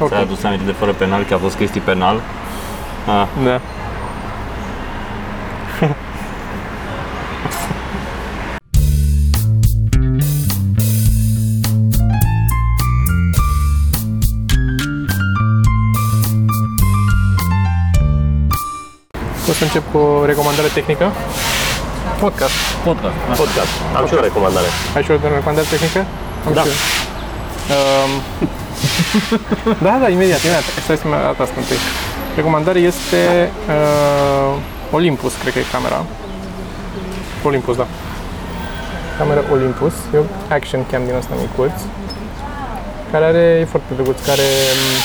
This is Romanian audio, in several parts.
Ok. S-a adus aminte de fără penal, că a fost chestii penal. A, Da. O să încep cu o recomandare tehnică. Podcast. podcast. Podcast. Am și o recomandare. Ai și o recomandare tehnică? Am Da. și eu. Ehm, da, da, imediat, imediat. Stai să mă arăt asta întâi. Recomandare este uh, Olympus, cred că e camera. Olympus, da. Camera Olympus, e o action cam din asta micuț, care are, e foarte drăguț, care are mm,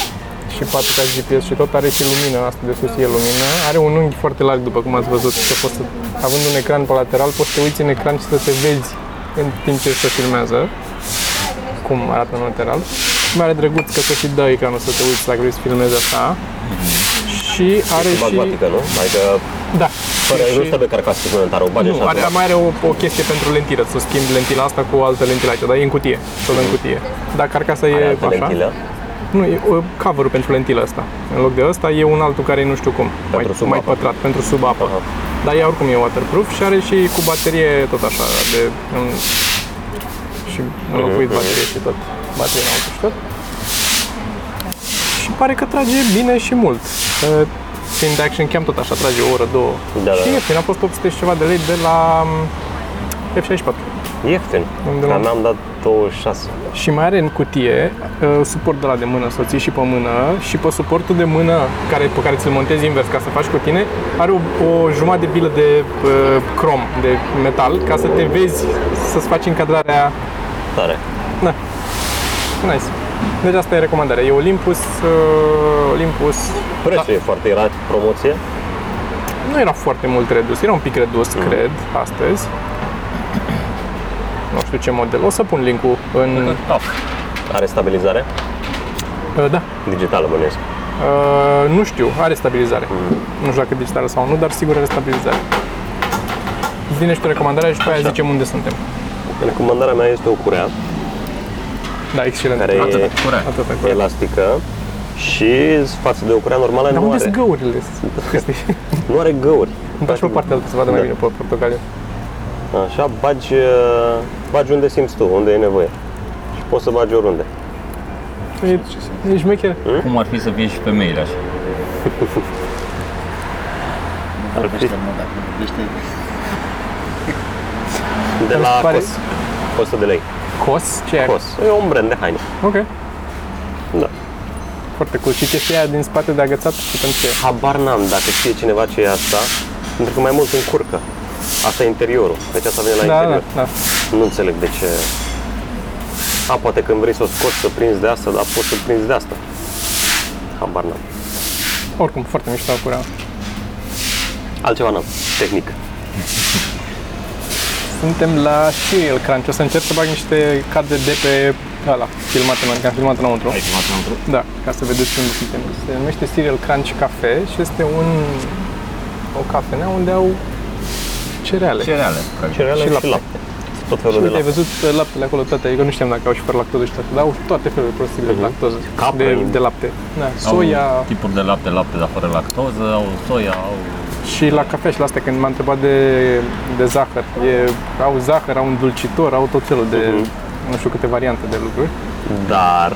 și 4K GPS și tot, are și lumină, asta de sus e lumină, are un unghi foarte larg, după cum ați văzut, că poți să, având un ecran pe lateral, poți să te uiți în ecran și să te vezi în timp ce se filmează cum arată în lateral. Mai are drăguț că se și dă ecranul să te uiți dacă vrei să filmezi asta. Și are și... Magmatică, nu? Adică Da. fără Și- nu trebuie carcasă suplimentară, o bagi nu, așa. da. are, ceva. mai are o, o chestie pentru lentilă, să schimbi lentila asta cu o altă lentilă aici, dar e în cutie, tot în cutie. Dar carcasa Are e altă așa. lentilă. Nu, e o cover pentru lentila asta. În loc de asta e un altul care e nu știu cum, mai, Pentru sub mai apă. pătrat, pentru sub apă. Aha. Dar ea oricum e waterproof și are și cu baterie tot așa, de un, și înlocuit baterie și tot, baterie în auto și tot. Și pare că trage bine și mult. Că, Fiind action cam tot așa, trage o oră, două. Da, și da. ieftin, a fost 800 și ceva de lei de la mm, F64. Ieftin. Unde Dar l-am- n-am dat 26. Și mai are în cutie uh, suport de la de mână, să o ții și pe mână și pe suportul de mână care, pe care ți-l montezi invers ca să faci cu tine, are o, o jumătate de bilă de uh, crom, de metal, ca să te vezi, să-ți faci încadrarea. Tare. Da. Nice. Deci asta e recomandarea. E Olympus, uh, Olympus. Prețul Da. e foarte, era promoție. Nu era foarte mult redus, era un pic redus, mm. cred, astăzi. Nu știu ce model. O să pun linkul în... Are stabilizare Uh, da, digitală, bănuiesc. Uh, nu știu, are stabilizare. Mm. Nu știu dacă digitală sau nu, dar sigur are stabilizare. Vine și tu recomandarea și pe aia Așa. zicem unde suntem. Recomandarea mea este o curea Da, excelent. Care e- Atât. Curat. Atât acolo. elastică și față de o curea normală Dar nu unde are, sunt găurile? nu are găuri. Îmi dau și pe partea altă să vadă mai Da. bine pe portocaliu. Așa, bagi, uh, bagi unde simți tu, unde e nevoie. Și poți să bagi oriunde. E, e șmecher. Cum ar fi să fie și femeile așa? Vorbește, mă, dacă vorbește. De Îmi la pare- COS. 100 de lei. Cos? Ce e? COS. E un brand de haine. Ok. Da. Foarte cool. Și ce e aia din spate de agățat? Și pentru ce? e? Habar n-am dacă știe cineva ce e asta, pentru că mai mult încurcă. Asta e interiorul, deci asta vine la Da, da, interior. da. Nu înțeleg de ce... A, poate când vrei să o scoți, să prinzi de asta, dar poți să prinzi de asta. Habar n-am. Oricum, foarte mișto curea. Altceva n-am, tehnic. Suntem la Serial Crunch. O să încerc să bag niște cadre de pe ăla, filmate, că am filmat înăuntru. Ai filmat înăuntru? Da, ca să vedeți unde suntem. Se numește Serial Crunch Cafe și este un, o cafenea unde au cereale. Ce? Cereale. practic. Cereale Și și, lapte. lapte. Tot felul Uite, de ai lapte. văzut uh, laptele acolo toate, adică nu știam dacă au și fără lactoză și toate, dar au toate felurile posibile de lactoză, Capră, de, in- de lapte. Da, Mhm. Au soia tipuri de lapte, lapte, dar fără lactoză, au soia, au... și la cafea și la astea, când m-a întrebat de, de zahăr, e, au zahăr, au îndulcitor, au tot felul de, Mhm. nu știu câte variante de lucruri. Dar,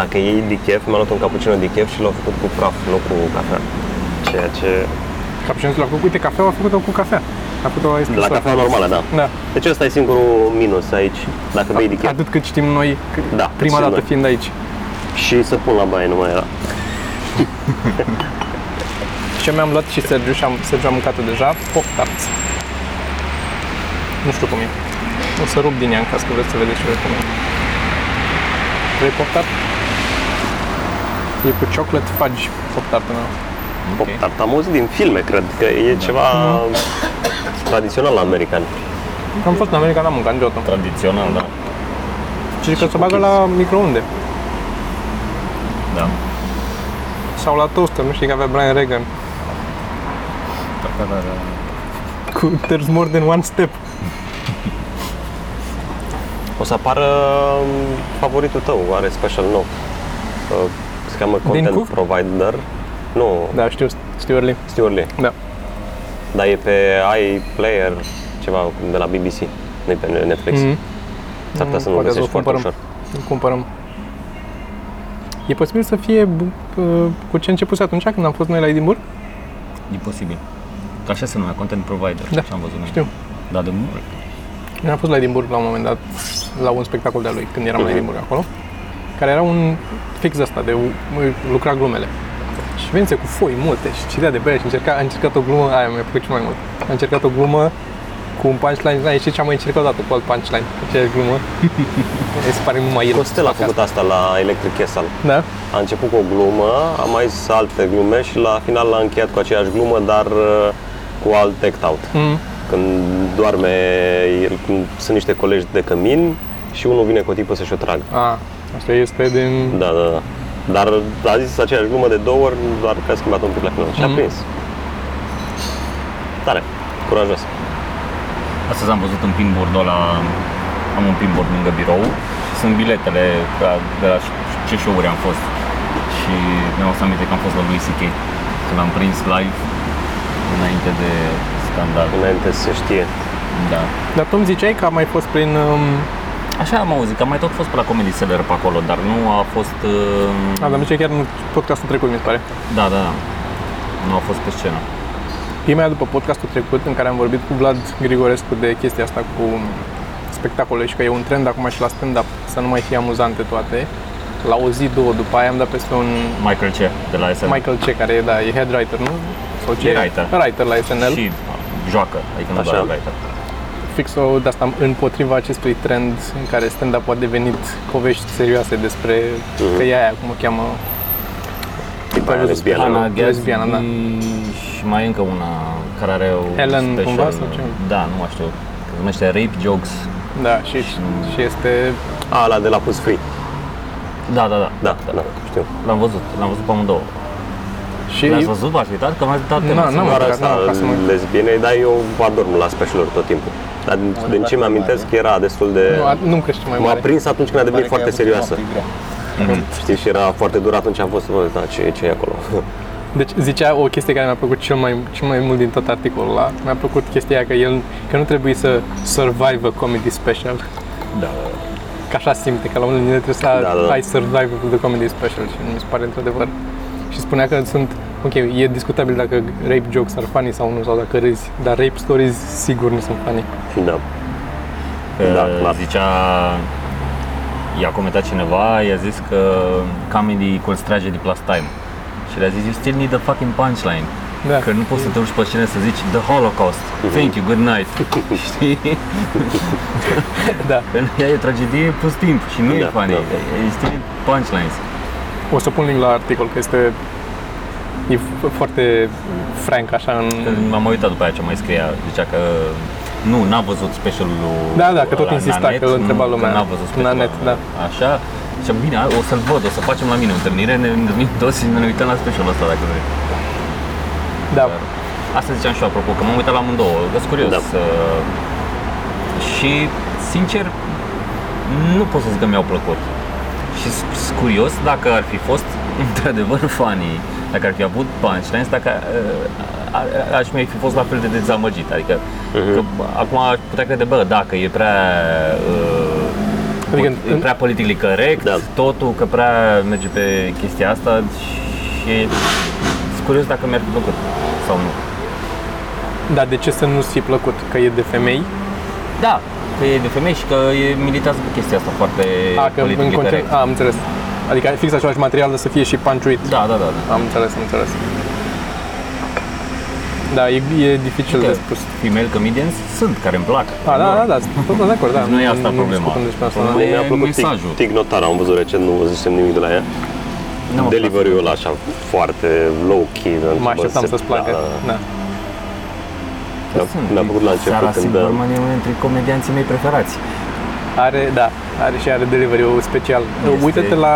dacă iei dichef, mi-am luat un cappuccino dichef și l-au făcut cu praf, nu cu cafea. Ceea ce... Capșenul l-a făcut, uite, cafeaua a făcut-o cu cafea. A făcut-o La espresso. cafea normală, da. Da. Deci ăsta e singurul minus aici, dacă bei dichef. Atât cât știm noi, cât- Da, cât prima știm dată noi. fiind aici. Și să pun la baie nu mai era. Și eu mi-am luat și Sergiu și am, Sergiu a mâncat deja pop tarts. Nu știu cum e. O să rup din ea în caz că vreți să vedeți și voi cum e. Vrei pop tart? E cu chocolate fudge pop tartul meu. Pop tart. Am auzit din filme, cred că e ceva tradițional american. Am fost în America, n-am mâncat niciodată. Tradițional, da. Și că se bagă la microunde Da. sau la toaster, nu știi că avea Brian Regan Da, da, da. cu there's more than one step. O să apară um, favoritul tău, are special nou. Uh, cheamă Content Cuv? Provider. Nu, Da, știu, știu early. Stewardly. Da. Dar e pe iPlayer, ceva de la BBC, nu e pe Netflix. Mhm. Mm-hmm. S-ar putea să nu Poate găsești o foarte ușor. Îl cumpărăm. E posibil să fie bu- uh, cu ce începuse atunci când am fost noi la Edinburgh? E posibil. Că așa se numea, content provider, Da, ce am văzut noi. știu. Dar de mult. Noi am fost la Edinburgh la un moment dat, la un spectacol de-a lui, când eram Mhm. la Edinburgh acolo, care era un fix asta, de u- lucra glumele. Și venise cu foi multe și citea de bere și încerca, a încercat o glumă, aia mi-a plăcut cel mai mult. A încercat o glumă cu un punchline, a ieșit ce am mai încercat odată cu alt punchline, cu aceeași glumă. Mi se pare numai el. Costel a făcut asta la Electric Castle. Da? A început cu o glumă, a mai zis alte glume și la final l-a încheiat cu aceeași glumă, dar uh, cu alt act-out. Mm. Când doarme, el, când sunt niște colegi de cămin și unul vine cu o tipă să-și o tragă. A, asta este din... Da, da, da. Dar a zis aceeași glumă de două ori, doar că a schimbat un pic la final și Mhm. a prins. Tare, curajos. Astăzi am văzut un pinboard la am un pinboard lângă birou. Sunt biletele de la, de la ce show-uri am fost. Și mi-am să aminte că am fost la lui C.K. Când l-am prins live înainte de scandal. Înainte să se știe. Da. Dar tu îmi ziceai că a mai fost prin... Um... Așa am auzit, că am mai tot fost pe la Comedy Cellar pe acolo, dar nu a fost... uh, A, dar mi chiar în podcastul trecut, mi se pare. Da, da, da. Nu a fost pe scenă. Prima după podcastul trecut în care am vorbit cu Vlad Grigorescu de chestia asta cu spectacole și că e un trend acum și la stand-up să nu mai fie amuzante toate. La o zi, două după aia am dat peste un Michael Ce de la SNL. Michael C, care e, da, e head writer, nu? Sau ce E writer. Writer la SNL. Și joacă, adică nu Așa. doar writer. Fix o de asta împotriva acestui trend în care stand-up a devenit povești serioase despre Mhm. că e aia, cum o cheamă, Tipa aia văzut lesbiană. Ana Ana Gadsby, lesbiană, da. și mai e încă una care are o Helen special, cumva sau ce? Da, nu mai știu. Se numește Rape Jokes. da, și, și este A, la de la Pus Free. Da, da, da. Da, da, da, știu. L-am văzut, l-am văzut pe amândouă. și L-ați văzut, v-ați uitat? Că m-ați dat Na, tema. n-am Doar uitat, asta, na, ca să mă- lesbiene, dar eu adorm la special tot timpul. Dar din, din ce mi-amintesc era destul de... da. nu, a- nu-mi crește mai M-a mare. prins atunci când a devenit foarte serioasă. Mhm. Știi, și era foarte dur atunci am fost, bă, da, ce, ce e acolo? Deci zicea o chestie care mi-a plăcut cel mai, cel mai mult din tot articolul ăla. Mi-a plăcut chestia aia că el că nu trebuie să survive a comedy special. Da, da, da. Că așa simte, că la unul dintre trebuie să da, Da, da, da, da. ai survive the comedy special și mi se pare într-adevăr. Și spunea că sunt, ok, e discutabil dacă rape jokes ar funny sau nu, sau dacă râzi, dar rape stories sigur nu sunt funny. da. Că Da, clar. zicea i-a comentat cineva, i-a zis că comedy equals tragedy plus time. Și le-a zis, you still need the fucking punchline. Da. Că nu poți să te urci pe scenă să zici The Holocaust, Mhm. thank you, good night Știi? da. Că ea e tragedie plus timp și nu e Da, funny da. E e still punchlines O să pun link la articol, că este e f- foarte frank așa în... M-am mai uitat după aia ce mai scria Zicea că nu, n-a văzut specialul lui Da, da, că tot ăla, insista Nanette, că îl întreba nu, lumea. că N-a văzut specialul Nanette, da. Așa și bine, hai, o să-l văd, o să facem la mine o întâlnire, ne întâlnim toți și ne uităm la specialul ăsta dacă vrei. Da, Asta ziceam și eu, apropo, că m-am uitat la amândouă, că sunt curios. Da. Uh, și, sincer, nu pot să zic că mi-au plăcut. Și sunt sunt curios dacă ar fi fost într-adevăr funny, dacă ar fi avut punchlines, dacă uh, ar- aș mai fi fost la fel de dezamăgit. Adică, uh-huh. că, acum aș putea crede, bă, dacă e prea... Uh, Adică, adică, în- e prea politically correct, Da. da. totul, că prea merge pe chestia asta și sunt curios dacă mi-ar fi plăcut sau nu. dar de ce să nu ți plăcut? Că e de femei? Da, că e de femei și că e, militează pe chestia asta foarte A, că în politically content... correct. A, am înțeles. Adică fix același material, dar să fie și panciuit. Da, da, da. da. Am înțeles, am înțeles. Da, e, e dificil de Că spus. female comedians sunt, care îmi plac. A, da, da, da, sunt de acord, da. Nu e asta problema. discutăm despre asta, Problema da. E Mi-a plăcut mesajul. Tig, Tig Notar, am văzut recent, nu văzusem nimic de la ea. Nu mă Delivery-ul ăla așa foarte low-key. dar, Mă bă, așteptam se- să-ți placă. da, da, da. Da. place. Mi-a- Sunt. Mi-a plăcut la Sara început când... da. Silverman e unul dintre comedianții mei preferați. Are, da, are și are delivery special. Este- Uită-te la,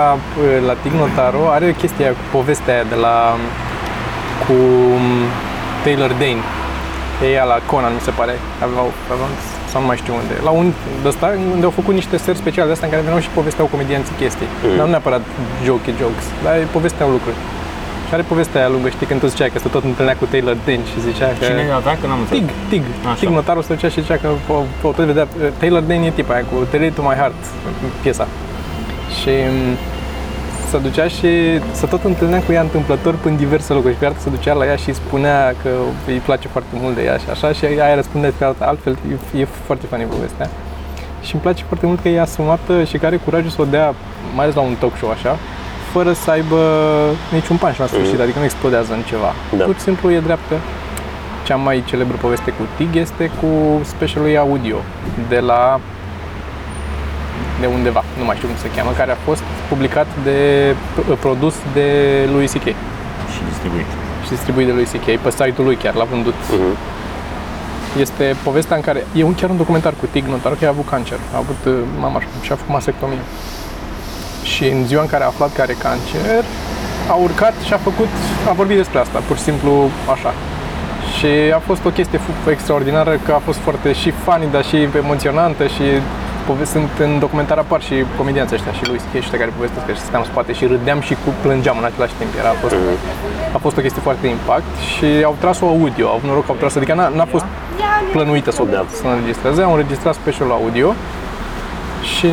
la Tigno Taro, are chestia cu povestea aia de la cu um, Taylor Dane. E ea la Conan, mi se pare. Aveau, aveau sau nu mai știu unde. La un de ăsta, unde au făcut niște seri speciale de astea în care veneau și povesteau comedianții chestii. Mm. Dar nu neapărat joke jokes, dar povesteau lucruri. Și are povestea aia lungă, știi, când tu ziceai că se tot întâlnea cu Taylor Dent și zicea că... Cine a dat? Că n-am înțeles. Tig, Tig, Așa. Tig notarul se ducea și zicea că o, o tot vedea, Taylor Dane e tipa aia cu Tell It to My Heart, piesa. Și m, se ducea și se tot întâlnea cu ea întâmplător în diverse locuri și pe altă se ducea la ea și îi spunea că îi place foarte mult de ea și așa și aia răspunde pe altă, altfel e, e foarte funny povestea. Și îmi place foarte mult că e asumată și care curajul să o dea, mai ales la un talk show așa, fără să aibă niciun pan și la sfârșit, Mhm. adică nu explodează în ceva. Da. Pur și simplu e dreaptă. Cea mai celebră poveste cu Tig este cu specialul ei audio de la de undeva, nu mai știu cum se cheamă, care a fost publicat de produs de lui CK și Și distribuit. distribuit de lui CK pe site-ul lui chiar, l-a vândut. Mhm. Este povestea în care e un chiar un documentar cu Tig Notaro că a avut cancer, a avut uh, mama și- și a făcut masectomie. Și în ziua în care a aflat că are cancer, a urcat și a făcut, a vorbit despre asta, pur și simplu așa. Și a fost o chestie fu- extraordinară, că a fost foarte și funny, dar și emoționantă și pove- sunt în documentar apar și comedianții ăștia și lui C.K. și ăștia care povestesc că și stăteam în spate și râdeam și cu plângeam în același timp. Era a fost, a fost o chestie foarte impact și au tras o audio, au avut noroc că au tras, adică n-a, n-a fost plănuită să o Da. să o înregistreze, au înregistrat special audio și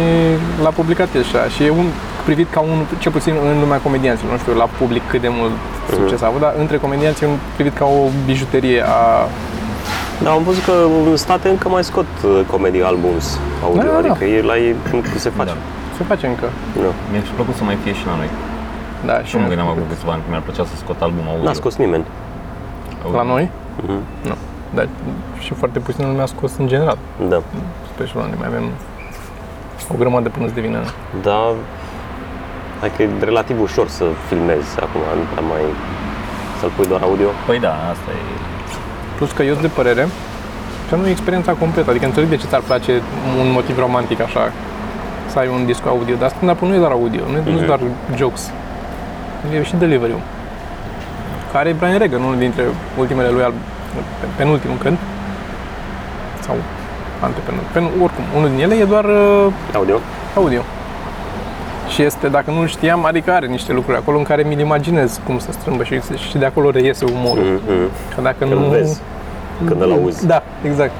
l-a publicat așa și e un privit ca un, cel puțin în lumea comedianților, nu știu la public cât de mult Mhm. succes a avut, dar între comedianți e un privit ca o bijuterie a Dar am văzut că în state încă mai scot uh, comedy albums audio, Da, da, da. adică e la ei încă se face. se face încă. Da. Nu. Mi-ar fi plăcut să mai fie și la noi. Da, și Și mă gândeam acum câțiva ani că mi-ar plăcea să scot album audio. Da. N-a scos nimeni. la noi, Mhm. nu. Dar și foarte puțin lumea a scos în general Da. specialul unde mai avem o grămadă până să devină. Dar hai că e relativ ușor să filmezi acum, nu prea mai să-l pui doar audio. Păi da, asta e. Plus că eu sunt de părere că nu e experiența completă, adică înțeleg de ce ți-ar place un motiv romantic așa, să ai un disc audio, dar stand-up nu e doar audio, nu e mm-hmm. doar jokes, e și delivery Care e Brian Regan, unul dintre ultimele lui, al, penultimul cred, sau antepenultimul, pen, oricum, unul din ele e doar uh, Audio? audio. Și este, dacă nu știam, adică are niște lucruri acolo în care mi-l imaginez cum se strâmbă și, și de acolo reiese umorul. Mm. Mhm. Că dacă Când nu... vezi, când îl auzi. Da, exact.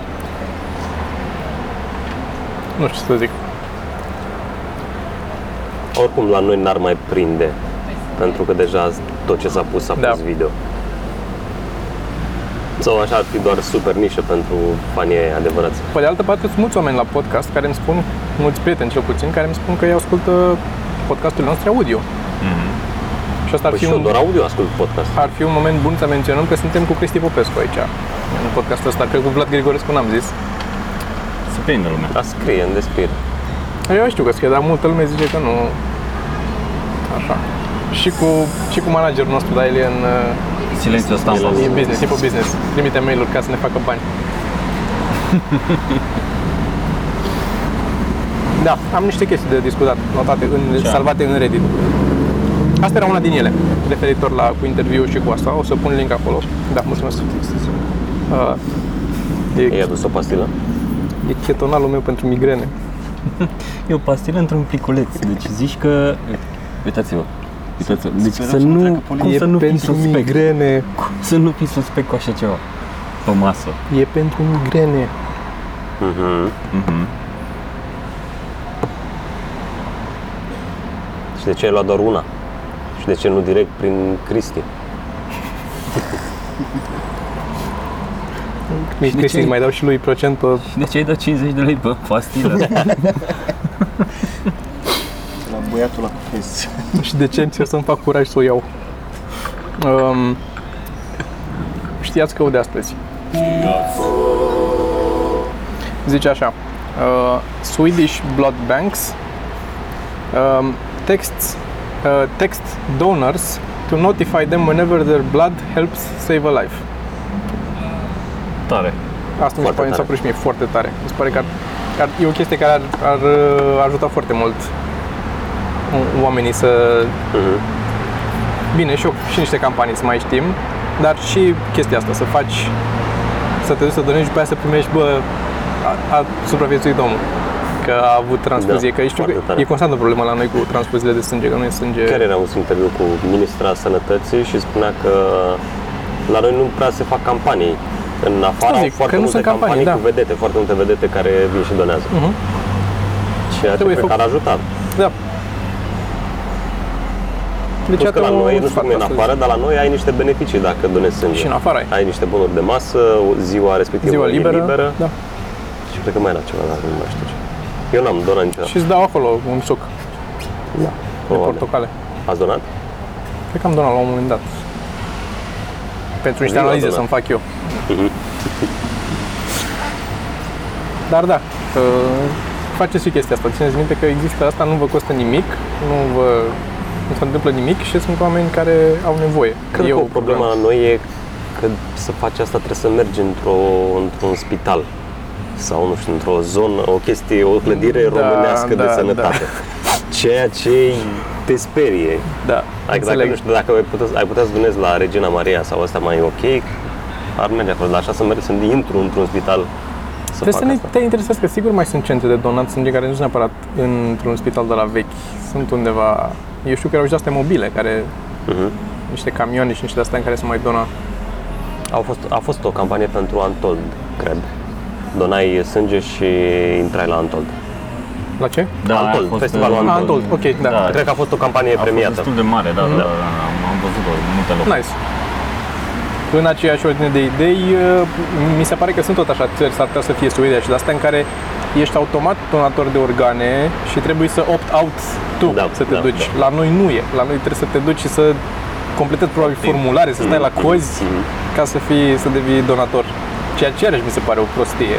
Nu știu ce să zic. Oricum la noi n-ar mai prinde, pentru că deja tot ce s-a pus s-a pus Da. video. Sau așa ar fi doar super nișă pentru fanii aia adevărați. Pe de altă parte, sunt mulți oameni la podcast care îmi spun, mulți prieteni cel puțin, care îmi spun că ei ascultă podcasturile noastre audio. Mhm. Și asta ar Păi fi și eu un... doar audio ascult podcast. ar fi un moment bun să menționăm că suntem cu Cristi Popescu aici, în podcastul ăsta, cred că cu Vlad Grigorescu n-am zis. Se prinde lumea. Dar Da, scrie în descriere. Eu știu că scrie, dar multă lume zice că nu. Așa. Și cu, și cu managerul nostru, dar el e în, uh, Silențiul ăsta am e luat. în business, e pe business. Trimite mail-uri ca să ne facă bani. da, am niște chestii de discutat, notate, în, Ce? salvate în Reddit. Asta era una din ele, referitor la cu interviu și cu asta. O să pun link acolo. Da, mulțumesc. Uh, Ei e, adus o pastilă. e chetonalul meu pentru migrene. E o pastilă într-un pliculeț. Deci zici că... Uitați-vă. Uitați-vă. Deci să să nu... treacă Cum e să nu fii pentru suspect? migrene. Cum să nu fii suspect cu așa ceva? Pe masă. E pentru migrene. Mhm. Și de ce ai luat doar una? Și de ce nu direct prin Cristi? Mi de ce Cristi, ai- mai dau și lui procent pe... Și de ce ai dat 50 de lei pe pastilă? La băiatul la cupris. și de ce încerc să-mi fac curaj să o iau. Um, știați că de astăzi. Zice așa. Uh, Swedish blood banks um, texts uh, text donors to notify them whenever their blood helps save a life. Tare. Asta mi se Foarte pare, mi s-a tare. părut și mie foarte tare. Mi se pare că ar, ar, e o chestie care ar, ar uh, ajuta foarte mult o- oamenii să... Mhm. Bine, și, eu, și niște campanii să mai știm, dar și chestia asta, să faci, să te duci să donești, după aia să primești, bă, a, a supraviețuit omul. Că a avut transfuzie, Da, că știu foarte că tare. e constantă problema la noi cu transfuziile de sânge, că nu e sânge... Chiar eram într interviu cu ministra sănătății și spunea că la noi nu prea se fac campanii. În afară Asta au zic, foarte că nu multe sunt campanii, campanii da. cu vedete, foarte multe vedete care vin și donează. Mhm. Ceea ce Trebuie cred că ar făcut. ajuta. Da. Deci Plus că la atunci noi, nu știu fac cum e în astăzi. afară, dar la noi ai niște beneficii dacă donezi sânge. Și în afară ai. Ai niște bunuri de masă, o- ziua respectivă Ziua e liberă, liberă Da. și cred că mai era ceva, dar nu mai știu ce. Eu n-am donat niciodată. Și îți dau acolo un suc Da. de probabil. portocale. Ați donat? Cred că am donat la un moment dat. Pentru niște Vino, analize donat. să-mi fac eu. Dar da, că faceți și chestia asta. Țineți minte că există asta, nu vă costă nimic, nu vă nu se întâmplă nimic și sunt oameni care au nevoie. Cred E că o problemă la noi e că să faci asta trebuie să mergi într-o, într-un spital sau, nu știu, într-o zonă, o chestie, o clădire Da, românească da, de sănătate. Ceea ce te sperie. Da, Adică dacă, nu știu, dacă ai putea, ai putea să donezi la Regina Maria sau asta mai e ok, ar merge acolo. Dar așa să mergi, să intru într-un spital să fac Trebuie să ne, asta. te interesezi că sigur mai sunt centre de donat sânge care nu sunt neapărat într-un spital de la vechi. Sunt undeva, eu știu că erau și astea mobile, care Mhm. niște camioane și niște astea în care se mai dona. Au fost, a fost o campanie pentru Antold, cred. Donai sânge și intrai la Antold. La ce? Da, Antold, a fost, festivalul uh, Antold. Ah, Antold, ok, da. Da. Cred că a fost o campanie A fost premiată. destul de mare, da, da, da, da, am- am văzut-o în multe locuri. Nice. În aceeași ordine de idei, uh, mi se pare că sunt tot așa țări, s-ar putea să fie Suedia și de astea în care ești automat donator de organe și trebuie să opt-out tu Da, să te da, duci. La noi nu e. La noi trebuie să te duci și să completezi probabil formulare, să stai la cozi Mhm. ca să, fii, să devii donator. Ceea ce iarăși mi se pare o prostie.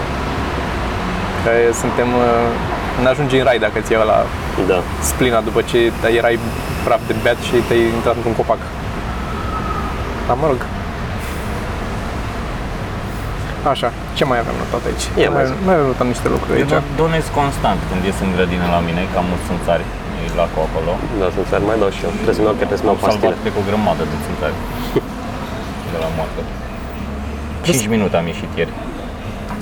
Că suntem... uh, N-ajungi în rai dacă ți iau la Da. splina după ce erai praf de beat și te-ai intrat într-un copac. Dar mă rog. Așa, ce mai avem notat aici? Ia mai mai, zi. mai avem notat niște lucruri Eu aici. do- donez constant când ies în grădină la mine, că am mulți țânțari, e lacul acolo. Da, sunt țar, mai dau și eu. Trebuie să-mi iau, chiar trebuie să-mi iau Am pastile. salvat, cred, că o grămadă de țântari de la moartă. 5 minute am ieșit ieri.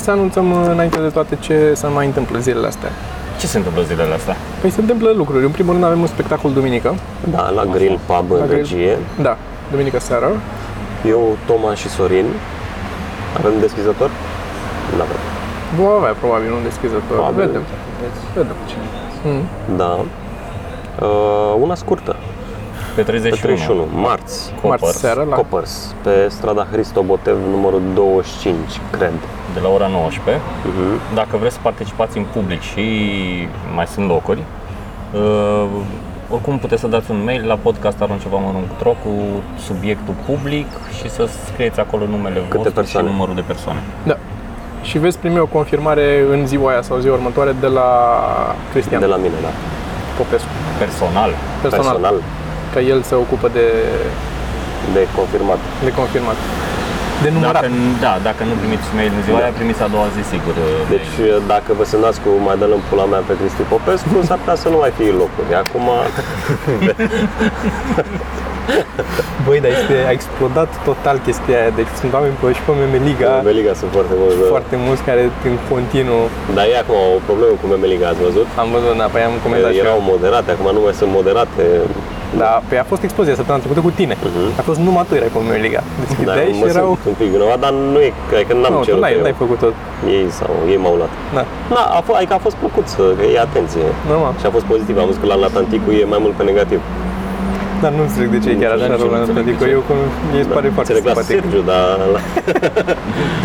Să anunțăm uh, înainte de toate ce se mai întâmplă zilele astea. Ce se întâmplă zilele astea? Păi se întâmplă lucruri. În primul rând avem un spectacol duminică. Da, la Grill Pub La în Grill. regie. Da, duminică seara. Eu, Toma și Sorin. Avem deschizător? Nu avem. Vom avea probabil un deschizător. Probabil. Vedem. Vedem. Mm. Da. Uh, una scurtă, pe Pe 31. 31, marți. Marți Coppers, seara Da, la Coppers, pe strada Hristobotev, numărul 25, cred. de la ora 19. Mhm, Uh-huh. Dacă vreți să participați în public și mai sunt locuri, uh, oricum puteți să dați un mail la podcastaruncevamărunctro cu subiectul public și să scrieți acolo numele vostru persoane? și numărul de persoane. Da. Și veți primi o confirmare în ziua aia sau ziua următoare de la Cristian De la mine, da. Popescu, Personal. personal, personal, Personal, că el se ocupă de, de confirmat. de confirmat, de numărat. Dacă, da, dacă nu primiți mail în ziua Da. aia, primiți a doua zi sigur. uh, mail. Deci dacă vă semnați cu mai dăm în pula mea pe Cristi Popescu, s-ar putea să nu mai fie locuri. Acum, Băi, dar este, a explodat total chestia aia, deci sunt oameni pe și pe Memeliga da. Meliga sunt foarte mulți. da. foarte mulți care în continuu Dar e acum o problemă cu Meliga, ați văzut? am văzut, da, păi am comentat și Erau eu. moderate, acum nu mai sunt moderate. Dar păi a fost explozia săptămâna trecută cu tine. Mhm. A fost numai tu erai pe Memeliga. Dar Deschideai și mă erau... sunt un pic vinovat, dar nu e, adică n-am Nu, tu cerut n-ai, eu. n-ai făcut tot. Ei sau ei m-au luat. Da, Da, a fost, adică a fost plăcut să că e atenție. normal. Și a fost pozitiv, am văzut că la Natanticu e mai mult pe negativ. Dar nu înțeleg de ce e chiar așa Dar nici nu rău, înțeleg adică de ce. eu cum mi se pare foarte Da, Înțeleg la simpatic. Sergiu, dar la...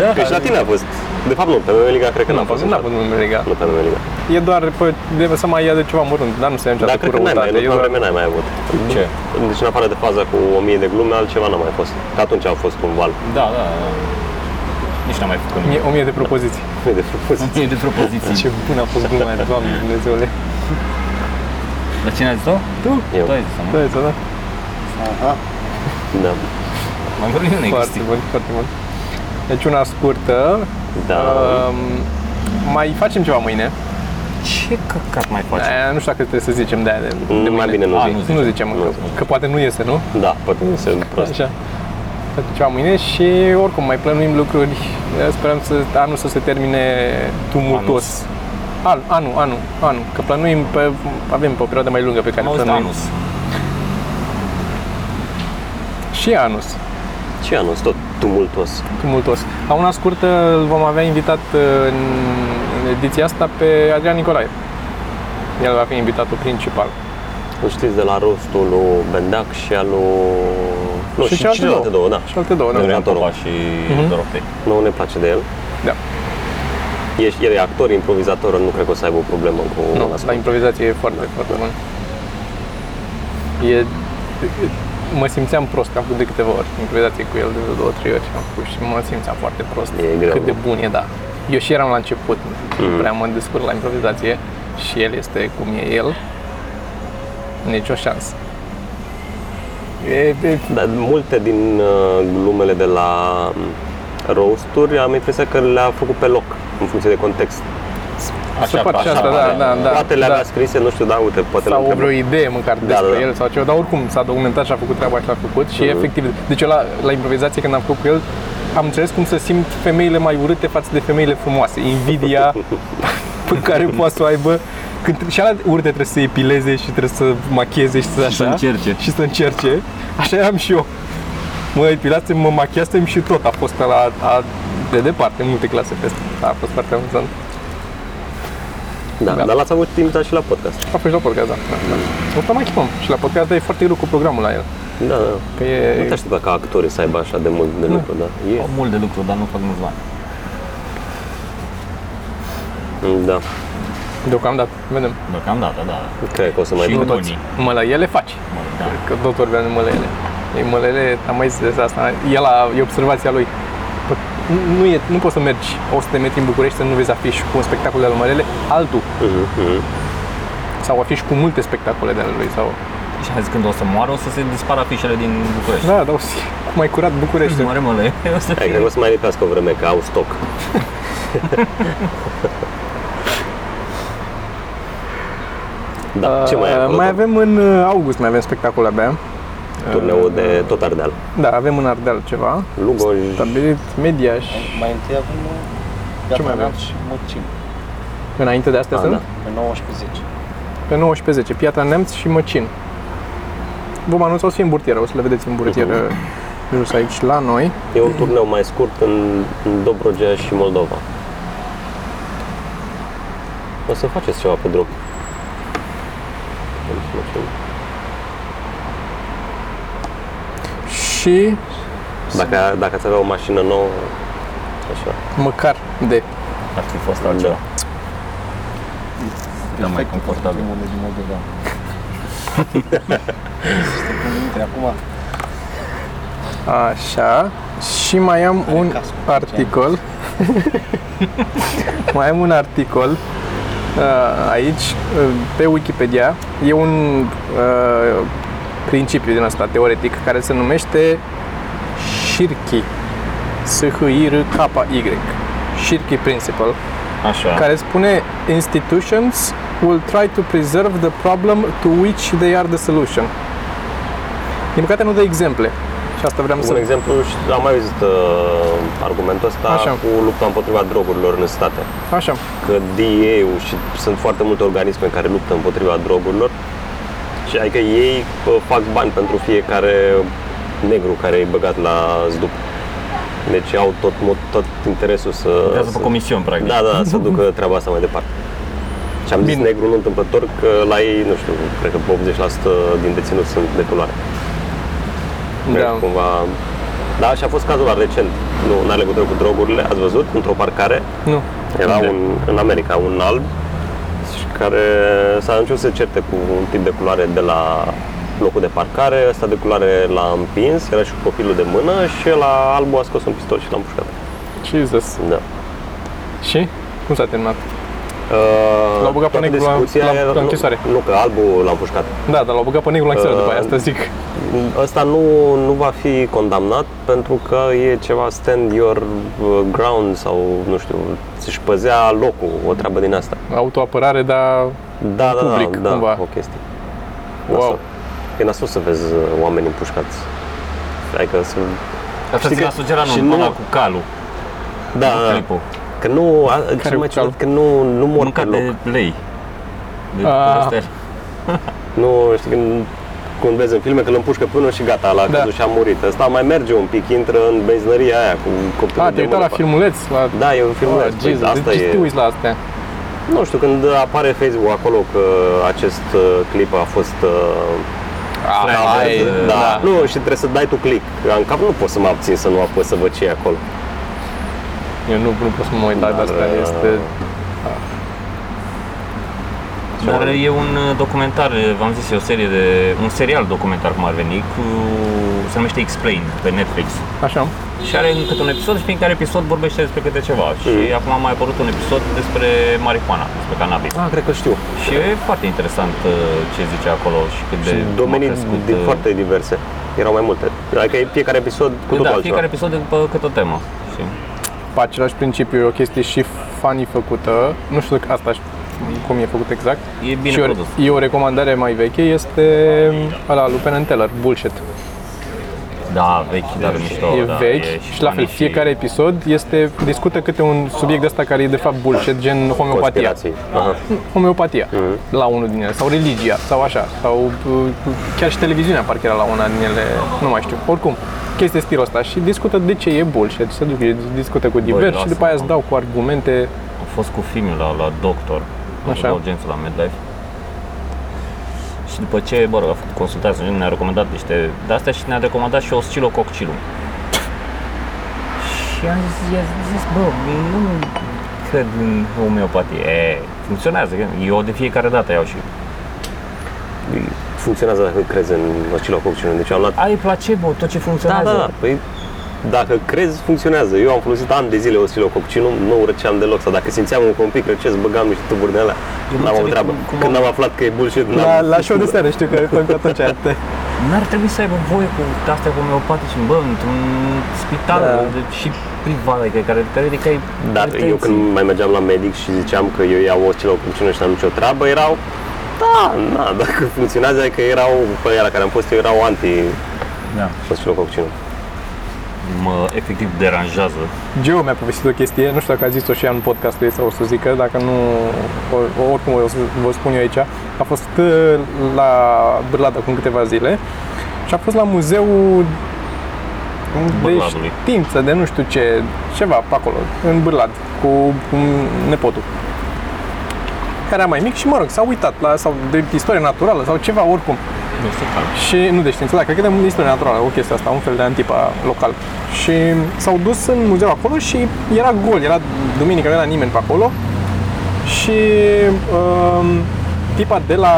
Da, că și la tine a fost. De fapt nu, pe Meliga cred că Nu n-a a fost, fost. nu a fost Memeliga. Nu pe Meliga. E doar pe, de, să mai ia de ceva mărunt, dar nu se ia Dar niciodată cred cu că n-ai mai, răutate. nu E prea doar- vreme n-ai mai avut. Ce? Deci în afară de faza cu 1000 de glume, altceva n-a mai fost. Că atunci a fost un val Da, da, da. Nici n-am mai făcut Mie- nimic. o mie de propoziții. de frumos. Mie de propoziții. Ce bun a fost gluma aia, Doamne Dumnezeule. La cine ai zis-o? Tu? Eu. Tu ai zis-o, nu? Da, da, da. Aha. Da. Mai vorbim noi Foarte chestii. bun, foarte bun. Deci una scurtă. Da. Uh. Um, mai facem ceva mâine. Ce căcat mai Da, faci? Aia, nu știu dacă trebuie să zicem de aia de, de Mai mâine. Ah, bine nu A, zic. nu Nu zicem, Nu că, zicem. că poate nu iese, nu? Da, poate nu se prost. Așa. pentru ceva mâine și oricum mai plănuim lucruri. Sperăm să anul să se termine tumultos. Anul, anul, anul, anul. Că plănuim pe, avem pe o perioadă mai lungă pe care Am auzit plănuim. anus. Și anus. Și anul ăsta tot tumultos. tumultos. La una scurtă îl vom avea invitat uh, în în ediția asta pe Adrian Nicolae. El va fi invitatul principal. Nu știți de la rostul lui Bendac și al lui... Nu, Și Păi, și, celelalte celelalte două, da. Și alte două, da. Adrian Adrian Popa și Mhm. Dorotei. Nu ne place de el. Da. Ești, el e actor, improvizator, nu cred că o să aibă o problemă cu Nu, la improvizație e foarte, foarte bun. E, mă simțeam prost, că am făcut de câteva ori improvizație cu el de vreo două, trei ori am făcut și mă simțeam foarte prost. E greu, cât de nu? bun e, da. Eu și eram la început, mm. Mm. prea mă descurc la improvizație și el este cum e el. Nicio șansă. E, e Dar multe din uh, glumele de la mm, roasturi am impresia că le-a făcut pe loc, în funcție de context. Se Da, poate și asta, da, pare. da, da. poate le-avea scrise, nu știu, da, uite, poate le sau întrebăm. vreo idee măcar Da, despre da, Mhm. da. el sau ceva, dar oricum s-a documentat și a făcut treaba și l-a făcut și efectiv, deci eu la, la improvizație când am făcut cu el, am înțeles cum se simt femeile mai urâte față de femeile frumoase, invidia pe care poate să o aibă când și alea urâte trebuie să se epileze și trebuie să machieze și să așa să încerce. și să încerce, așa eram și eu mă epilasem, mă machiasem și tot a fost la a, de departe, multe clase peste, a fost foarte amuzant Da, Da. dar l-ați avut invitat și la podcast. a fost la podcast, da, da, da. Mm. O cam mai chipăm și la podcast, dar e foarte greu cu programul la el Da, da. Că e... Nu te aștepta ca actorii să aibă așa de mult de lucru, da? E, Au mult de lucru, dar nu fac mulți bani. da. Deocamdată, vedem. Deocamdată, da. Cred că o să mai Și văd. unii. Mălăiele faci. Mă, da. Că tot vorbeam de mălăiele. Ei, mălăiele, am mai zis despre asta, el a, e observația lui. Bă, Nu, e, nu poți să mergi 100 de metri în București să nu vezi afiș cu un spectacol de al mălăiele, altul. Mhm, mhm. Sau afiș cu multe spectacole de ale lui. Sau... Și azi când o să moară, o să se dispară afișele din București. Da, da, o să- mai curat București. Moare măle, o să Hai, cred fie. că o să mai lipească o vreme, că au stoc. da, ce mai ai acolo? Uh, mai avem în uh, august, mai avem spectacol abia. Turneul de tot Ardeal. Da, avem în Ardeal ceva. Lugoj, Stabilit Mediaș. Mai întâi avem uh, Ce mai avem? Gatanat și Mocim, Înainte de astea Ah, sunt? da. pe 19 Pe 19, Piatra Nemț și Măcin. Vom anunța, o să fie în burtieră, o să le vedeți în burtieră jos aici la noi. e un turneu mai scurt în, în Dobrogea și Moldova. O să faceți ceva pe drum. Și Dacă, dacă ați avea o mașină nouă, așa. măcar de Ar fi fost altceva. Da. Cel mai confortabil. primul de da. Moldova. Între acum, așa. Și mai am un cascul, articol. mai am un articol uh, aici uh, pe Wikipedia. E un uh, principiu din asta teoretic care se numește Shirky. s h i r k y Shirky Principle. Așa. care spune institutions will try to preserve the problem to which they are the solution. Din păcate nu dă exemple. Și asta vreau Un să exemplu, și- am mai auzit uh, argumentul ăsta Așa. cu lupta împotriva drogurilor în state. Așa. că DEA-ul și sunt foarte multe organisme care luptă împotriva drogurilor și adică ei bă, fac bani pentru fiecare negru care e băgat la zdup. Deci au tot, mo- tot interesul să... Lucrează să pe comisiuni, practic. da, da, să ducă treaba asta mai departe. Și am zis Bine. negru nu întâmplător că la ei, nu știu, cred că 80% din deținuți sunt de culoare. Cred Da. că Cumva... Da, și a fost cazul la recent, nu are legătură cu drogurile, ați văzut, într-o parcare, Nu. era Unde? un, în America un alb și care s-a ajuns să certe cu un tip de culoare de la locul de parcare, ăsta de culoare l-a împins, era și cu copilul de mână și la albul a scos un pistol și l-a împușcat. Jesus. Da. Și? Cum s-a terminat? Uh, L-au băgat pe toată negru la- discuția la- era- la închisoare. Nu, nu, că albul l-a împușcat. Da, dar l-au băgat pe negru la închisoare Uh, după aia, asta zic. Ăsta nu, nu va fi condamnat pentru că e ceva stand your uh, ground sau nu știu, își păzea locul, o treabă din asta. Autoapărare, dar Da, da, public, da, da, cumva. o chestie. Wow. Nasol. E nasol să vezi uh, oameni împușcați. Adică să Asta Știi ți l-a că- sugerat și un nu- cu calul, Da, cu da. clipul. Că nu, a, cel mai vocal? ciudat, că nu, nu mor pe Mâncat loc. de lei. De Ah. păstări. Nu, știi când, când vezi în filme că îl împușcă până și gata, l-a Da. căzut și a murit. Ăsta mai merge un pic, intră în benzinăria aia cu copilul A, te-ai uitat la filmuleț? La... Da, e un filmuleț. Ah, păi Jesus, asta de ce e. te uiți la astea? Nu știu, când apare Facebook acolo că acest uh, clip a fost uh, Ah, covered, ai, da. da. Nu, și trebuie să dai tu click. În cap nu pot să mă abțin să nu apăs să văd ce e acolo. Eu nu, nu pot să mă uit la Dar, astea, uh, este... Dar e un uh, documentar, uh, v-am zis, e o serie de, un serial documentar cum ar veni, cu, se numește Explain pe Netflix. Așa. Și are câte un episod și fiecare episod vorbește despre câte ceva. Hmm. Și Mm. acum a mai apărut un episod despre marihuana, despre cannabis. Ah, cred că știu. Și e foarte interesant uh, ce zice acolo și cât de Și cum a domenii crescut, din uh, foarte diverse. Erau mai multe. Adică e fiecare episod cu totul Da, altceva. fiecare episod e după câte o temă. știi? Pe același principiu, e o chestie și funny făcută. Nu știu dacă asta cum e făcut exact. E bine și produs. O, e o recomandare mai veche, este ăla lui Penn and Teller, Bullshit. Da, vechi, dar mișto. e da, vechi e și, la fel, funny și- fiecare episod este, discută câte un subiect de asta care e de fapt bullshit, gen homeopatia. Conspirații. Aha. Homeopatia la unul din ele, sau religia, sau așa, sau uh, chiar și televiziunea parcă era la una din ele, nu mai știu. Oricum, chestia stilul ăsta și discută de ce e bullshit, se duc, discută cu diversi și lasă-mă. după aia îți dau cu argumente Am fost cu filmul la, la doctor, Așa. la urgență la MedLife. Și după ce, mă rog, a făcut consultație, ne-a recomandat niște de astea și ne-a recomandat și oscilococcilu. Și am zis, i-a zis, bă, nu cred în homeopatie. E, funcționează, că eu de fiecare dată iau și Funcționează dacă crezi în oscilococcinul. Deci am luat ai placebo, tot ce Da, funcționează. da, da. Păi, dacă crezi, funcționează. Eu am folosit ani de zile oscilococcinul, nu răceam deloc. Sau dacă simțeam un un pic răcesc, băgam niște tuburi de alea. Eu nu N-am o înțeleg treabă. cum- cum Când am- am aflat că e bullshit, La, n-am la show de seară știu că tot, tot, tot ce te... N-ar trebui să aibă voie cu astea homeopatice, bă, într-un spital Da. de- și privat, adică care, care, care, care Dar eu când mai mergeam la medic și ziceam că eu iau oscilococcinul și n-am nicio treabă, erau da, na, dacă funcționează, că erau, pe aia la care am fost eu, erau anti Da. oscilococcinul. mă efectiv deranjează. Geo mi-a povestit o chestie, nu știu dacă a zis-o și ea în podcastul ei sau o să o zică, dacă nu, o- oricum o să vă spun eu aici. A fost uh, la Bârlad acum câteva zile și a fost la muzeul de Bârladului. știință, de nu știu ce, ceva pe acolo, în Bârlad, cu cu nepotul care era mai mic și, mă rog, s-a uitat la, sau de istorie naturală sau ceva, oricum. Nu se calm. Și nu de știință, da, cred că de istorie naturală, o chestie asta, un fel de antipa local. Și s-au dus în muzeu acolo și era gol, era duminică, nu era nimeni pe acolo. Și um, tipa de la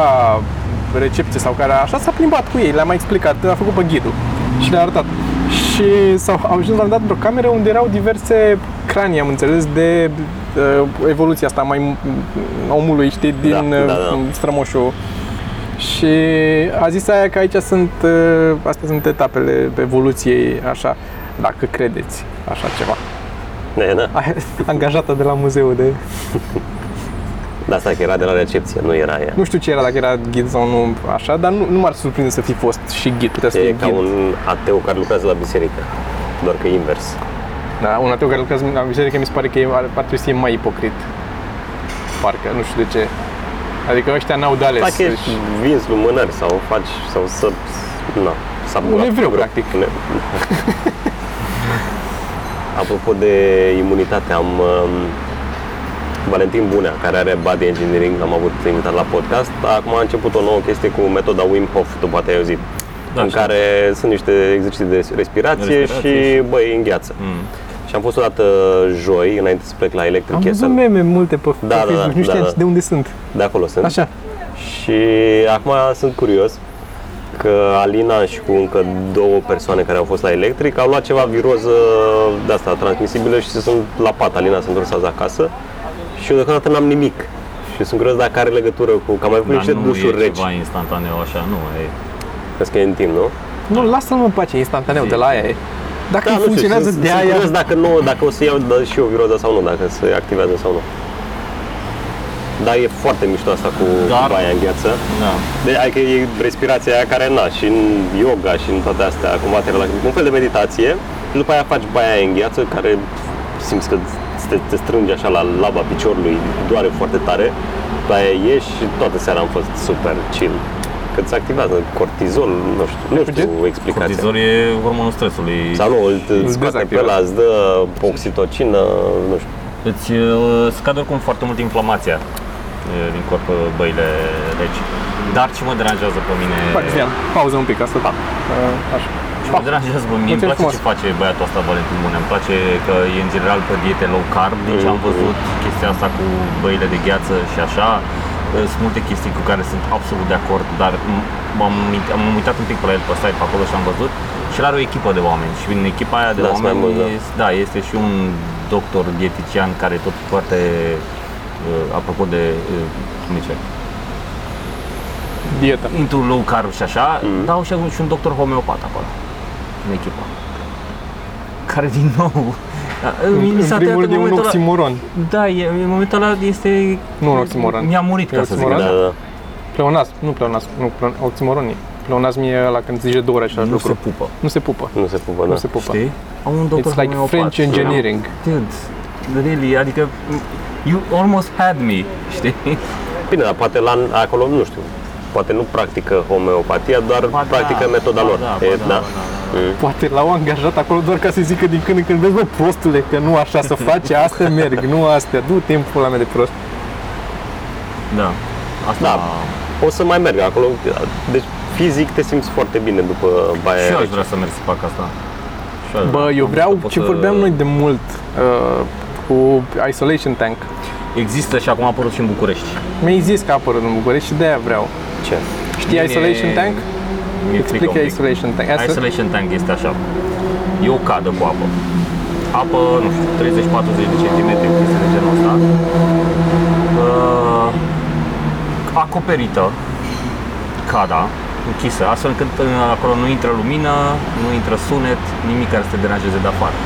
recepție sau care așa s-a plimbat cu ei, le-a mai explicat, a făcut pe ghidul și le-a arătat. Și s-au au ajuns la un dat într-o cameră unde erau diverse cranii, am înțeles, de uh, evoluția asta mai omului, știi, din Da, uh, da, da. strămoșul și a zis aia că aici sunt, uh, astea sunt etapele evoluției, așa, dacă credeți așa ceva. Da, da. Aia- Angajata de la muzeu de... Da, asta că era de la recepție, nu era ea. Nu știu ce era, dacă era ghid sau nu, așa, dar nu, nu m-ar surprinde să fi fost și ghid, putea să E fii ca ghid. Un... un ateu care lucrează la biserică, doar că invers. Da, un ateu care lucrează la biserică mi se pare că e, ar, ar trebui să fie mai ipocrit. Parcă, nu știu de ce. Adică ăștia n-au de ales. Dacă ești deci- vinzi lumânări sau faci, sau să... Na, s-a Un evreu, practic. Apropo de imunitate, am um, Valentin Bunea, care are Body Engineering, l-am avut invitat la podcast. Acum a început o nouă chestie cu metoda Wim Hof, tu poate ai auzit. Da, Da, în știu. care sunt niște exerciții de respirație, De respirație și, băi, îngheață. Mm. Și am fost o dată joi, înainte să plec la Electric Am Castle. văzut meme multe pe da, Facebook, da, nu știam da, da. de unde sunt. De acolo sunt. Așa. Și acum sunt curios că Alina și cu încă două persoane care au fost la electric au luat ceva viroză de asta transmisibilă și sunt la pat. Alina se întorsează acasă și eu deocamdată n-am nimic. Și sunt curios dacă are legătură cu... că am mai făcut Dar niște Da, nu e Păi dușuri reci. ceva instantaneu așa, nu, e Crezi că e în timp, nu? Nu, lasă-mă în pace instantaneu de la aia. e. Dacă nu da, știu, funcționează sunt- de sunt aia... curios dacă, nu, dacă o să iau da, și eu viroza sau nu, dacă se activează sau nu. Dar e foarte mișto asta cu Dar- baia în gheață. da. De, adică e respirația aia care, na, și în yoga și în toate astea, acum te relaxezi, un fel de meditație, după aia faci baia aia în gheață, care simți că te, te strânge așa la laba piciorului, doare foarte tare, după aia ieși și toată seara am fost super chill. Că îți activează cortizol, nu știu, nu știu explicația. Cortizol e hormonul stresului. Sau nu, îl- îl scoate pe dezactivează. ăla, îți dă oxitocină, nu știu. Îți uh, scade oricum foarte mult inflamația uh, din corp uh, băile reci. Dar ce mă deranjează pe mine? Faci Cristian, pauză un pic, asta. Uh, așa. Ce mă deranjează pe mine? Îmi Mulțumim place frumos. ce face băiatul ăsta Valentin Bună. Îmi place că e în general pe diete low carb. Deci am văzut chestia asta cu băile de gheață și așa. Uh, Sunt multe chestii cu care sunt absolut de acord, dar m- m-am, uit- am uitat un pic pe la el pe site pe acolo și am văzut. Și el are o echipă de oameni și din echipa aia de Da, sunt mai oameni mulți, da. este, da, este și un doctor dietician care e tot foarte, uh, apropo de, uh, cum zice, Dieta. intru low carb și așa, mm. dau și un, și un doctor homeopat acolo, în echipă. Care din nou, da, mi În s-a tăiat primul rând e un momentul ăla- oximoron. Da, e, în momentul ăla este... Nu un oximoron. Mi-a murit, E ca să zic. oximoron? Da. Da, da. Pleonasm, nu pleonasm, nu pleon, oximoron e. Pleonasm e ăla când zice două ori același Nu se lucru. pupă, Nu se pupă. Nu se pupă, da. Nu se pupă. știi? da. Au un doctor It's like homeopat. French engineering. Dude, really, adică... You almost had me, știi? Bine, dar poate la, acolo, nu știu, poate nu practică homeopatia, dar Ba da, practică metoda ba lor. da, ba da, ba da, ba Mm. Poate l-au angajat acolo doar ca să zică din când în când, vezi, bă, prostule, că nu așa se face, astea merg, nu astea, du timpul la mea de prost. Da. Asta... Da. O să mai merg acolo. Deci, fizic te simți foarte bine după baia Și eu aia. aș vrea să merg să fac asta. Și aș Bă, vrea. eu Am vreau văzut că ce pot să- vorbeam noi de mult uh, cu Isolation Tank. Există și acum a apărut și în București. Mi-ai zis că a apărut în București și de-aia vreau. Ce? Știi Isolation Tank? Mi-e frică un Explică pic. Isolation Tank. Asta- Isolation tank este așa. E o cadă cu apă. Apă, nu știu, 30-40 de centimetri, chestii de genul ăsta. Uh, acoperită cada, închisă, astfel încât uh, acolo nu intră lumină, nu intră sunet, nimic care să te deranjeze de afară.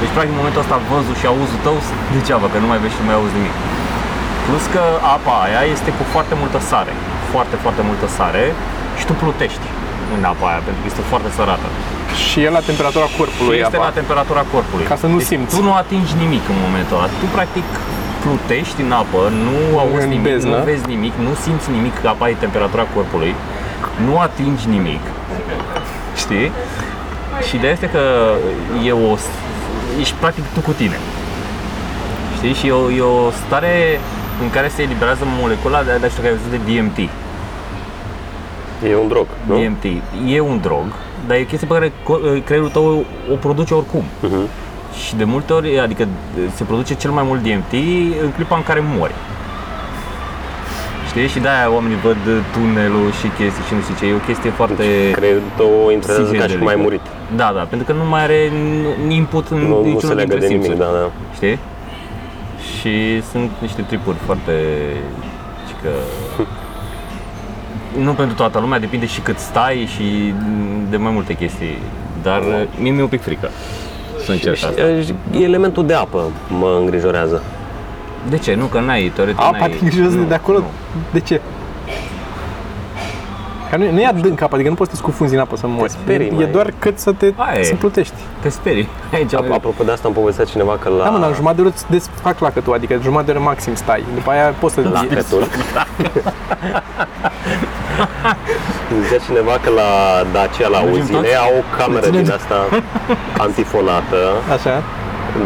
Deci, practic, în momentul ăsta, văzul și auzul tău sunt degeaba, că nu mai vezi și nu mai auzi nimic. Plus că apa aia este cu foarte multă sare, foarte, foarte multă sare și tu plutești în apa aia, pentru că este foarte sărată. Și e la temperatura corpului și este apa. la temperatura corpului. Ca să nu deci simți. Tu nu atingi nimic în momentul ăla. Tu, practic, plutești în apă, nu auzi În nimic, beznă. nu vezi nimic, nu simți nimic, că apa e temperatura corpului, nu atingi nimic, știi? Și ideea este că e o, ești practic tu cu tine. Știi? Și e o, e o stare în care se eliberează molecula de de care ai văzut de DMT. E un drog, nu? DMT e un drog, dar e o chestie pe care co- ă, creierul tău o produce oricum. Mhm. Și de multe ori, adică se produce cel mai mult DMT în clipa în care mori. Știi? Și de-aia oamenii văd tunelul și chestii și nu știu ce. E o chestie foarte... Cred că o intrează ca și psihedelică. cum ai murit. Da, da, pentru că nu mai are n- input în Nu, nu se niciunul leagă dintre de nimic, simțuri. da, da. Știi? Și sunt niște tripuri foarte... și Că... nu pentru toată lumea, depinde și cât stai și de mai multe chestii. Dar uh, mie mi-e un pic frică să încerc Și, asta. și elementul de apă mă îngrijorează. De ce? Nu, că n-ai, teoretic Apa n-ai... din jos nu, de acolo? nu. De ce? Că nu, nu e adânc apa, adică nu poți să te scufunzi în apă să mori. sperii, e măi. doar cât să te Aia e. să plutești. Te sperii. Aici Ap- Apropo de asta am povestit cineva că la... Da, mă, dar jumătate de oră îți desfac lacătul, adică jumătate de oră maxim stai. După aia poți să la la Petul. Zicea cineva că la Dacia, la Mergem uzine, toți? au o cameră din asta antifonată. Așa.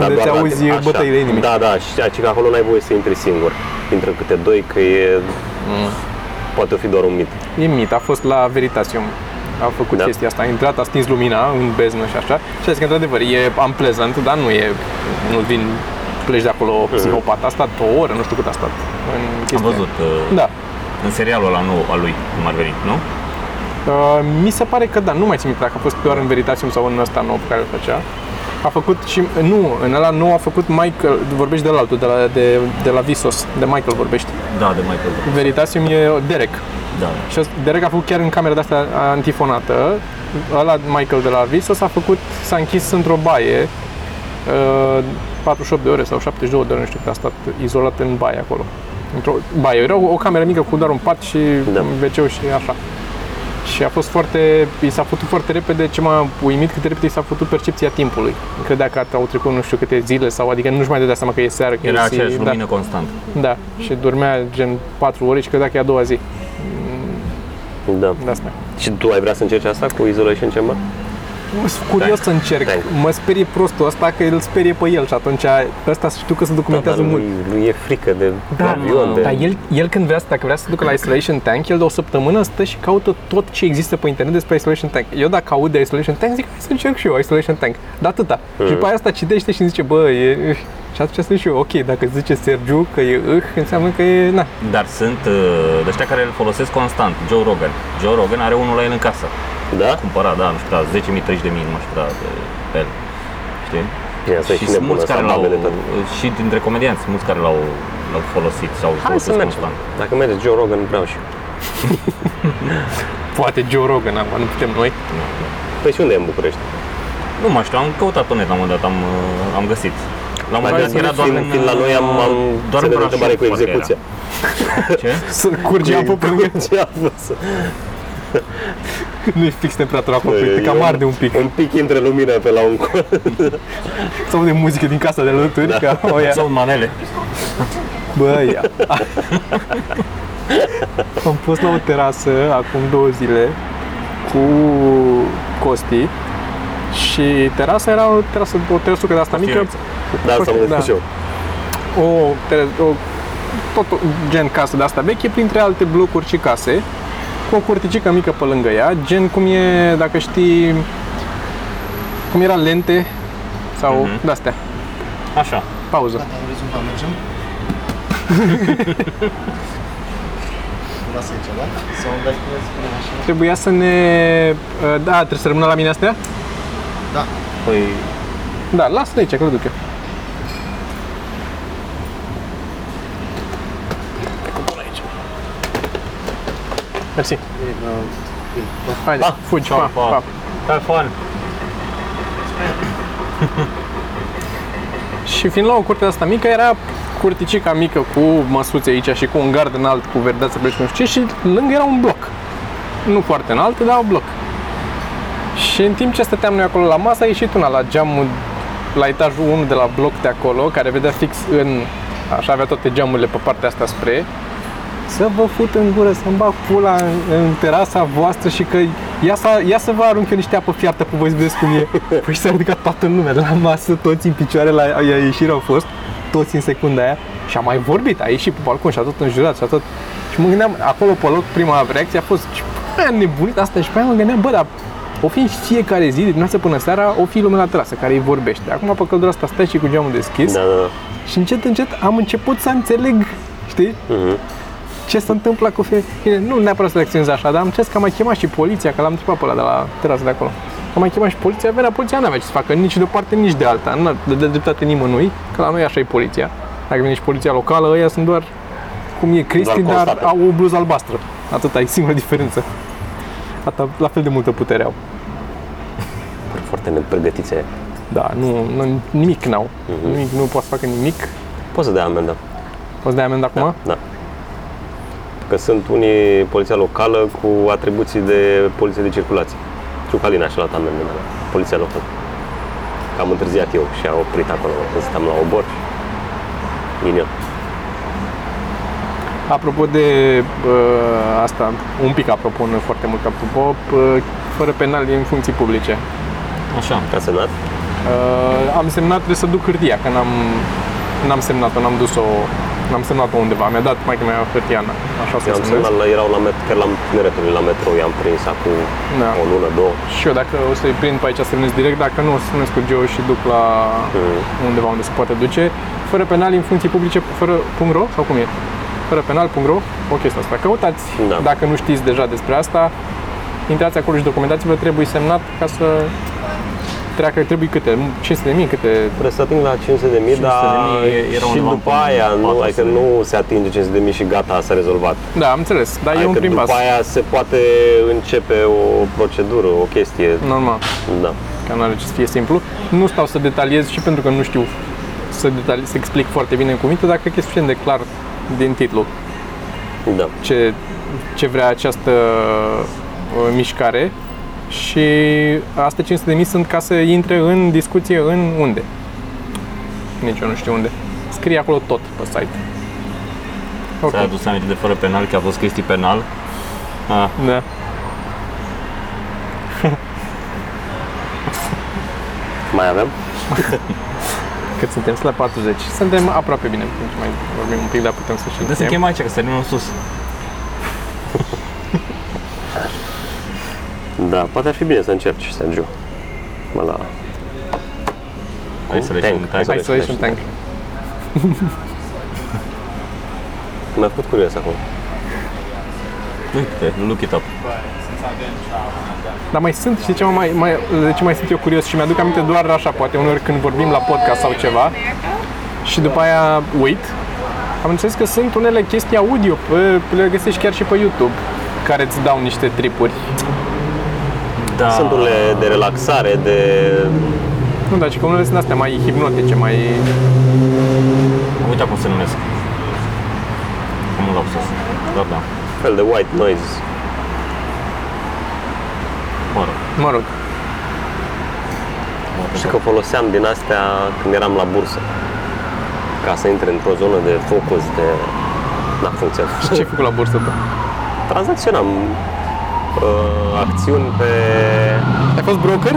dar Unde doar îți la- auzi așa. bătăile inimii. Da, da, și aici că acolo n-ai voie să intri singur. Intră câte doi, că e... Mm. Poate fi doar un mit. E mit, a fost la Veritasium. A făcut Da. chestia asta, a intrat, a stins lumina în beznă și așa. Și a zis că, într-adevăr, e unpleasant, dar nu e, nu vin, pleci de acolo psihopat. A stat o oră, nu știu cât a stat în chestia. Am văzut uh, Da. în serialul ăla nou al lui, cum ar veni, nu? Uh, mi se pare că da, nu mai țin minte dacă a fost doar în Veritasium sau în ăsta nou pe care îl făcea. A făcut și, nu, în ăla nou a făcut Michael, vorbești de la altul, de la, de, de la Visos, de Michael vorbești. Da, de Michael Jackson. Veritasium e Derek. Da. Și ăsta- Derek a făcut chiar în camera de asta antifonată. Ăla Michael de la Visos a făcut, s-a închis într-o baie uh, 48 de ore sau 72 de ore, nu știu cât a stat izolat în baie acolo. Într-o baie. Era o, o cameră mică cu doar un pat și Da. un wc și așa. Și a fost foarte, i s-a făcut foarte repede, ce m-a uimit cât de repede i s-a făcut percepția timpului. Credea că au trecut nu știu câte zile sau adică nu-și mai dădea seama că e seară, că Era e zi, aceeași da, lumină constantă. da, și dormea gen 4 ore și credea că e a doua zi. Da. De asta. Și tu ai vrea să încerci asta cu isolation chamber? Sunt curios Da. să încerc. Da. Mă sperie prostul ăsta că îl sperie pe el și atunci ăsta știu că se documentează Da, dar mult. lui, lui e frică de Da, avion, de... dar el, el când vrea să, dacă vrea să se ducă la Isolation Tank, el de o săptămână stă și caută tot ce există pe internet despre Isolation Tank. Eu dacă aud de Isolation Tank, zic, hai să încerc și eu Isolation Tank. Dar atâta. Mm. Și după aia asta citește și zice, bă, e... Și atunci zic și eu, ok, dacă zice Sergiu că e îh, înseamnă că e, na, Dar sunt uh, de ăștia care îl folosesc constant, Joe Rogan. Joe Rogan are unul la el în casă. Da? Cumpărat, da, nu știu, da, 10.000, 30.000, nu știu, da, de pe el. Știi? Bine, asta e și nebună, asta l-au, uh, babele tot. și dintre comedianți, mulți care l-au, l-au folosit sau îl Hai să folosesc mergem. constant. Dacă merge Joe Rogan, vreau și eu. poate Joe Rogan, acum nu putem noi. Păi și unde e în București? Nu mai știu, am căutat pe net la un moment dat, am, uh, am găsit. La un Mai moment dat bine era fiind- doar în, fiind la noi am, am doar în ținut Brașov, întrebare cu parcă era. execuția. Ce? Să curge Păi, apă pe lângă. Ce a fost? Nu e fix temperatura acolo, Bă, e Păi, e cam un- arde un pic. Un pic intră lumină pe la un col. Sau de muzică din casa de alături, da. că o ia. Sau manele. Bă, ia. Am fost la o terasă acum două zile cu Costi și terasa era o terasă, o terasucă de asta mică, Costineță. Da, asta mă Da. gândesc și eu. o, ter- o tot o- gen casă de asta veche, printre alte blocuri și case, cu o curticică mică pe lângă ea, gen cum e, dacă știi, cum era lente sau Mhm. mm-hmm. de-astea, Așa. pauză. Gata, am rezolvat, mergem. Lasă aici, da? Sau îmi dai cu el, spune așa. Trebuia să ne... Da, trebuie să rămână la mine astea? Da. Păi, Da, lasă-le aici, că le duc eu. Mersi. Haide, Pa. fugi, Pa, pa, pa. pa. have fun. Și fiind la o curte de asta mică, era curticica mică cu măsuțe aici și cu un gard înalt cu verdeață pe și nu știu ce și lângă era un bloc. Nu foarte înalt, dar un bloc. Și în timp ce stăteam noi acolo la masă, a ieșit una la geamul la etajul 1 de la bloc de acolo, care vedea fix în... Așa avea toate geamurile pe partea asta spre să vă fut în gură, să-mi bag pula în, în terasa voastră și că ia să, ia să vă arunc eu niște apă fiartă pe voi să vedeți cum e. Păi s-a ridicat toată lumea de la masă, toți în picioare la la ieșire au fost, toți în secunda aia și a mai vorbit, a ieșit pe balcon și a tot înjurat și a tot... Și mă gândeam, acolo pe loc, prima reacție a fost, ce bă, am nebunit asta și pe aia mă gândeam, bă, dar o fi în fiecare zi, de dimineață până seara, o fi lumea la terasă care îi vorbește. Acum pe căldura asta stai și cu geamul deschis Da, da, da. și încet, încet am început să înțeleg, știi? Mhm. ce se întâmplă cu fie... Bine, nu neapărat să reacționez așa, dar am înțeles că am mai chemat și poliția, că l-am întrebat pe ăla de la terasă de acolo. Am mai chemat și poliția, venea poliția, n-avea ce să facă, nici de o parte, nici de alta, nu de, de dreptate nimănui, că la noi așa e poliția. Dacă vine și poliția locală, ăia sunt doar cum e Cristi, Doar dar constate. au o bluză albastră. Atâta e singura diferență. Atâta, la fel de multă putere au. Foarte nepregătiți aia. Da, nu, nu nimic n-au. Mhm. Nimic, nu pot să facă nimic. Poți să dai amendă. Poți dai amendă acum? Da. Că sunt unii poliția locală cu atribuții de poliție de circulație. Știu că Alina și-a luat amendă de la poliția locală. Că am întârziat eu și a oprit acolo când stăm la obor. Ghinion. Apropo de uh, asta, un pic apropo, nu foarte mult apropo, uh, fără penal în funcții publice. Așa. A semnat? Uh, am semnat, trebuie să duc hârtia, că n-am, n-am semnat-o, n-am dus-o, n-am semnat-o undeva. Mi-a dat mai că mi-a hârtia, na, așa să Eu am semnez. semnat, la, erau la met, chiar la tineretului la metro, i-am prins acum Da. o lună, două. Și eu dacă o să-i prind pe aici semnez direct, dacă nu o să semnez cu Geo și duc la Mhm. undeva unde se poate duce. Fără penal în funcții publice, fără .ro sau cum e? Fără penal.ro, o chestie asta. Căutați, Da. dacă nu știți deja despre asta, intrați acolo și documentați-vă, trebuie semnat ca să treacă, trebuie câte, 500 de mii, câte... Trebuie să ating la 500 de mii, 500.000 dar era și undeva după până aia, la nu, adică 400.000. nu se atinge 500 de mii și gata, s-a rezolvat. Da, am înțeles, dar e un adică prim după pas. aia se poate începe o procedură, o chestie. Normal. Da. că nu are ce să fie simplu. Nu stau să detaliez și pentru că nu știu să, detali- să explic foarte bine în cuvinte, dar cred că e suficient de clar din titlu Da. ce, ce vrea această uh, mișcare și astea 500 de mii sunt ca să intre în discuție în unde. Nici eu nu știu unde. Scrie acolo tot pe site. Ok, S-a adus aminte de fără penal, că a fost chestii penal. Ah, da. Mai avem? Cât suntem? Sunt la 40. Suntem aproape bine, deci mai vorbim un pic, dar putem să și Trebuie să încheiem. chem aici, că să în sus. Da, poate ar fi bine să încerci, Sergio. Mă da. la... Hai să le ieșim Tank. în tank. Hai să ieșim tank. Mi-a făcut curios acum. Uite, look it up. Dar mai sunt, știi ce mă mai, mai, de ce mai sunt eu curios și mi-aduc aminte doar așa, poate uneori când vorbim la podcast sau ceva și după aia uit. Am înțeles că sunt unele chestii audio, pe, le găsești chiar și pe YouTube, care îți dau niște tripuri. Da. Sunt unele de relaxare, de... Nu, dar și că unele sunt astea mai hipnotice, mai... Am uitat cum se numesc. Am un lapsus. Dar da, fel de white noise. mă rog. Mă rog, Știu că foloseam din astea când eram la bursă. Ca să intre într-o zonă de focus, de... N-a funcționat. ce ai făcut la bursă tu? Tranzacționam uh, acțiuni pe Ai fost broker?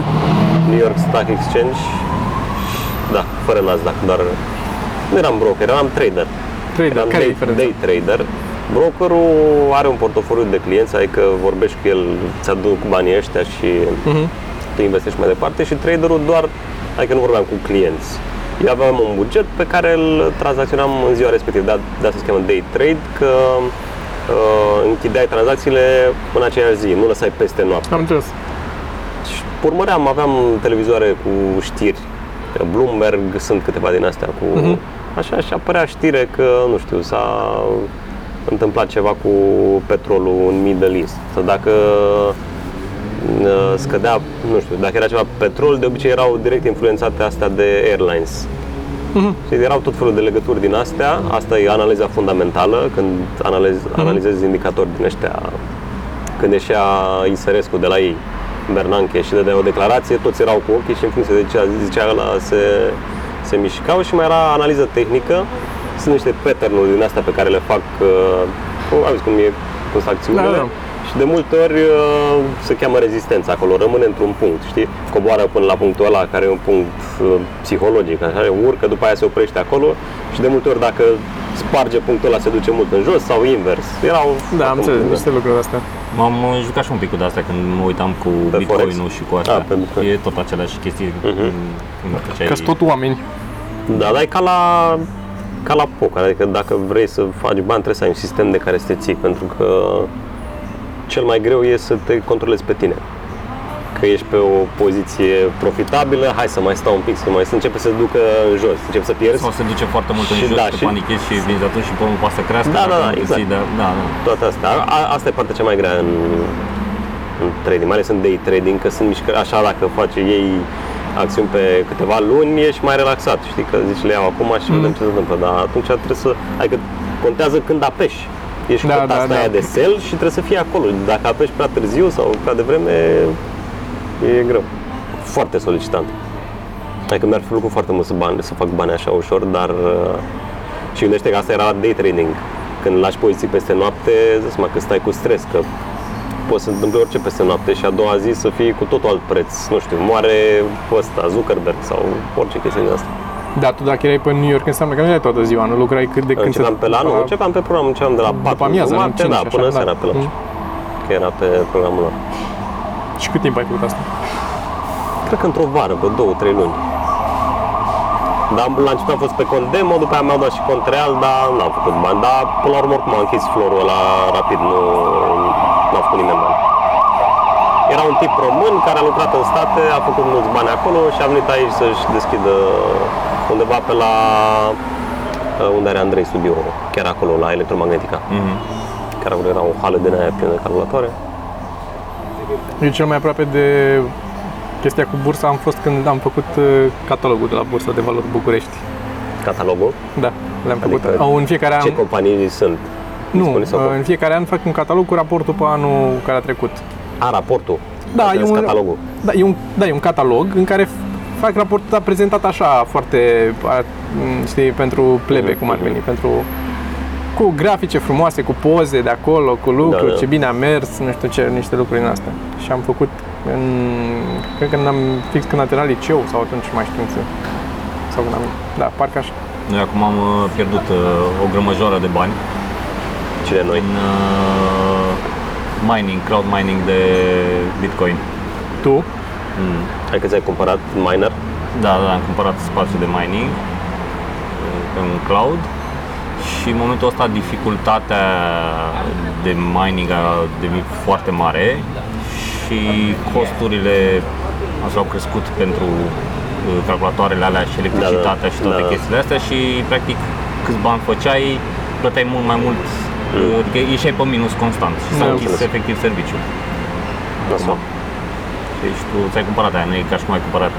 New York Stock Exchange. Da, fără Nasdaq, doar... Nu eram broker, eram trader. Trader, Eram da, care e day, diferența? day trader. Brokerul are un portofoliu de clienți, adică vorbești cu el, ți-aduc banii ăștia și Mhm. tu investești mai departe și traderul doar, adică nu vorbeam cu clienți. Eu aveam un buget pe care îl tranzacționam în ziua respectivă, de, de asta se cheamă day trade, că uh, închideai tranzacțiile în aceeași zi, nu lăsai peste noapte. Am înțeles. Și urmăream, aveam televizoare cu știri. Bloomberg sunt câteva din astea cu... Mhm. Așa și apărea știre că, nu știu, s-a întâmplat ceva cu petrolul în Middle East. Sau dacă uh, scădea, nu știu, dacă era ceva petrol, de obicei erau direct influențate astea de airlines. Și erau tot felul de legături din astea. Asta e analiza fundamentală, când analizezi, analizezi indicatori din ăștia. Când ieșea Isărescu de la ei, Bernanke, și dădea o declarație, toți erau cu ochii și în funcție de ce a zis- zicea ăla se, se mișcau și mai era analiză tehnică. Sunt niște pattern-uri din astea pe care le fac, uh, cum, am zis, cum e cum sunt acțiunile. Da, da. Și de multe ori uh, se cheamă rezistența acolo, rămâne într-un punct, știi? Coboară până la punctul ăla, care e un punct uh, psihologic, așa, urcă, după aia se oprește acolo și de multe ori dacă sparge punctul ăla se duce mult în jos sau invers. Erau Da, am înțeles, da. niște lucruri astea. M-am uh, jucat și un pic cu de-astea când mă uitam cu Pe Bitcoin-ul Forex. și cu astea. Ah, pe Bitcoin. e tot aceleași chestii. Mhm. Uh-huh. Nu știu ce Că ai- sunt tot oameni. Da, dar e ca la, ca la poker, adică dacă vrei să faci bani trebuie să ai un sistem de care să te ții, pentru că cel mai greu e să te controlezi pe tine. Că ești pe o poziție profitabilă, hai să mai stau un pic, să mai să începe să se ducă în jos, începe să pierzi. Sau se duce foarte mult în Și jos, da, te și- panichezi și vinzi atunci și pomul poate să crească. Da, dacă da, da, nu te exact. ții de- da, da. toate astea. A, asta e partea cea mai grea în, în trading, mai ales în day trading, că sunt mișcări, așa dacă faci ei acțiuni pe câteva luni, ești mai relaxat, știi, că zici le iau acum și mm. vedem ce se întâmplă, dar atunci trebuie să, adică contează când apeși. Ești da, Da, cu da, da, asta da. da. de sel și trebuie să fii acolo. Dacă apeși prea târziu sau prea devreme, e greu. Foarte solicitant. Adică mi-ar fi plăcut foarte mult să, bani, să fac bani așa ușor, dar uh, și gândește că asta era la day trading. Când lași poziții peste noapte, îți mă că stai cu stres, că poți să se întâmple orice peste noapte și a doua zi să fie cu totul alt preț. Nu știu, moare ăsta, Zuckerberg sau orice chestie din asta. Da, tu dacă erai pe New York înseamnă că nu erai toată ziua, nu lucrai cât de când... Începeam pe la, nu, începeam pe program, începeam de la 4 amiază, nu? jumate, Cinci, da, așa, până da. seara pe la Mhm. Că era pe programul lor. Și cât timp ai făcut asta? Cred că într-o vară, bă, două, trei luni. Dar la început am fost pe cont demo, după aia mi-au dat și cont real, dar n-am făcut bani. Dar până la urmă oricum am închis florul ăla rapid, nu n-a făcut nimeni bani. Era un tip român care a lucrat în state, a făcut mulți bani acolo și a venit aici să-și deschidă undeva pe la uh, unde are Andrei studio, chiar acolo, la Electromagnetica. Mhm. Care acolo era o hală din aia plină de calculatoare. Eu cel mai aproape de chestia cu bursa am fost când am făcut uh, catalogul de la Bursa de Valori București. Catalogul? Da, le-am făcut. Adică Au, în fiecare an, Ce companii sunt? nu, disponibil sau uh, cum? în fiecare an fac un catalog cu raportul pe anul care a trecut. A, raportul. Da, e un, catalogul. Da e, un, da, e un catalog în care fac raportul dar prezentat așa foarte, a, m, știi, pentru plebe, cum ar veni, Mhm. pentru cu grafice frumoase, cu poze de acolo, cu lucruri, da. ce bine a mers, nu știu ce, niște lucruri în astea. Și am făcut în, cred că n-am fix când am terminat liceu sau atunci mai știu, nu știu. Sau când am, da, parcă așa. Noi acum am uh, pierdut uh, o grămăjoară de bani Cine noi? în uh, mining, cloud mining de Bitcoin. Tu? Mm. Adică ți-ai cumpărat miner? Da, da, am cumpărat spațiu de mining eh, pe un cloud și în momentul ăsta dificultatea de mining a devenit foarte mare și costurile așa au crescut pentru uh, calculatoarele alea și electricitatea și toate da, da. chestiile astea și practic câți bani făceai, plăteai mult mai mult, Mm. uh, adică ieșeai pe minus constant și s-a Da, închis înțeles. efectiv serviciul. Nasol. Deci tu ți-ai cumpărat aia, nu e ca și cum ai cumpărat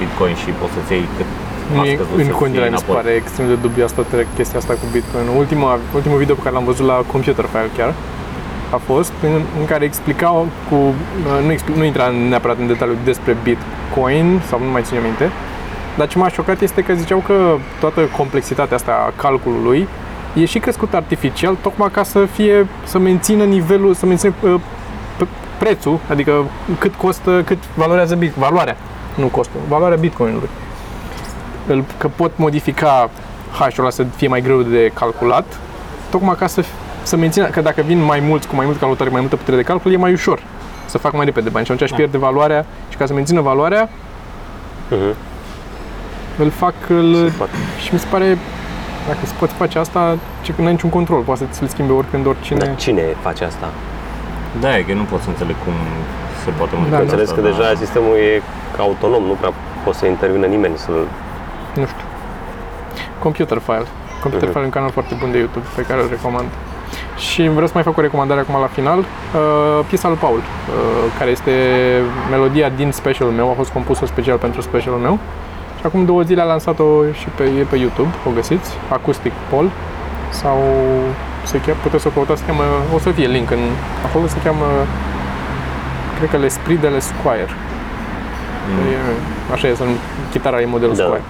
Bitcoin și poți să-ți iei cât Nu a e, scăzut în să-ți continuare iei mi se înapoi. pare extrem de dubioasă toată chestia asta cu Bitcoin. Ultima, ultimul video pe care l-am văzut la Computer File chiar a fost în, în care explicau cu... uh, Nu, expli, nu intra neapărat în detaliu despre Bitcoin sau nu mai țin eu minte, dar ce m-a șocat este că ziceau că toată complexitatea asta a calculului e și crescut artificial tocmai ca să fie, să mențină nivelul, să mențină uh, p- prețul, adică cât costă, cât valorează bit, valoarea, nu costul, valoarea Bitcoinului. Îl, că pot modifica hash-ul ăla să fie mai greu de calculat, tocmai ca să, să mențină, că dacă vin mai mulți cu mai mult calculatoare, mai multă putere de calcul, e mai ușor să fac mai repede bani și atunci își pierde valoarea și ca să mențină valoarea, Mhm. îl fac, îl, Foarte. și mi se pare, dacă se poate face asta, ce că n-ai niciun control, poate să-ți schimbe oricând, oricine. Dar cine face asta? Da, e că nu pot să înțeleg cum se poate modifica Da, da, Înțeles că deja sistemul e autonom, nu prea poate să intervină nimeni să-l nu știu. Computer File. Computer Mhm. File e un canal foarte bun de YouTube pe care îl recomand. Și vreau să mai fac o recomandare acum la final. Uh, piesa lui Paul, uh, care este melodia din specialul meu, a fost compusă special pentru specialul meu. Și acum două zile a lansat-o și pe, e pe YouTube, o găsiți, Acoustic Paul sau se cheamă, puteți să o căutați, se cheamă, o să fie link în, acolo se cheamă, cred că L'Esprit de Le Squire. E, așa e, să chitara e modelul Da. Squire.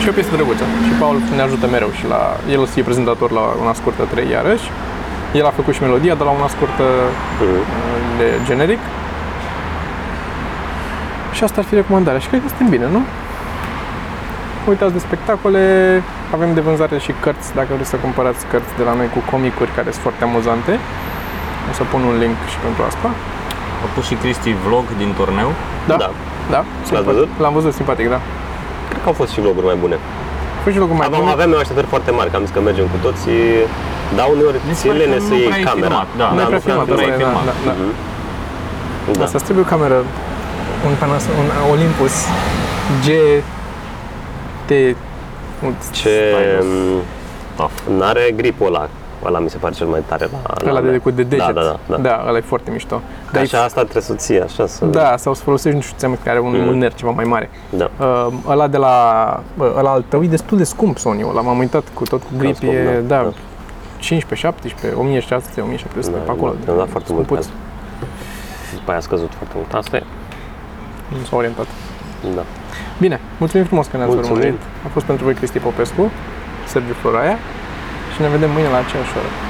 Și o piesă drăguță. Și Paul ne ajută mereu și la... El o să fie prezentator la una scurtă 3 iarăși. El a făcut și melodia, dar la una scurtă Mhm. uh, de generic. Și asta ar fi recomandarea. Și cred că suntem bine, nu? Uitați de spectacole, avem de vânzare și cărți, dacă vreți să cumpărați cărți de la noi cu comicuri care sunt foarte amuzante. O să pun un link și pentru asta. A pus și Cristi vlog din turneu. Da. Da, da. da simpatic. văzut? L-am văzut, simpatic, da. Cred că au fost și vloguri mai bune. Păi și locul mai Aveam, bun. aveam eu așteptări foarte mari, că am zis că mergem cu toții, dar uneori Deci Mi ți se pare lene că să nu iei prea e camera. filmat, da. nu N-ai prea prea Mhm. filmat, nu asta e, da, prea ai filmat. da, da. Da. Asta îți trebuie o cameră, un, Panas- un Olympus G T Ce Stylus. n-are gripul ăla. Ăla mi se pare cel mai tare la ăla la de mea. cu de Da, deget. da, da. da. da. da ăla e foarte mișto. Dar e- Așa asta trebuie să ții, așa să... da, sau să folosești, nu știu, ți-am zis că are un Mhm. mâner ceva mai mare. da. Uh, ăla de la bă, ăla al tău e destul de scump Sony ăla. M-am uitat cu tot cu grip scump, e, da, da, da. 15, 17, 1600, 1700 pe acolo. Da, da, foarte mult. Scumpuț. caz. După aia a scăzut foarte mult. Asta e. Nu s-a orientat. Da. Bine, mulțumim frumos că ne-ați Mulțumim. urmărit. A fost pentru voi Cristi Popescu, Sergiu Floraia și ne vedem mâine la aceeași oră.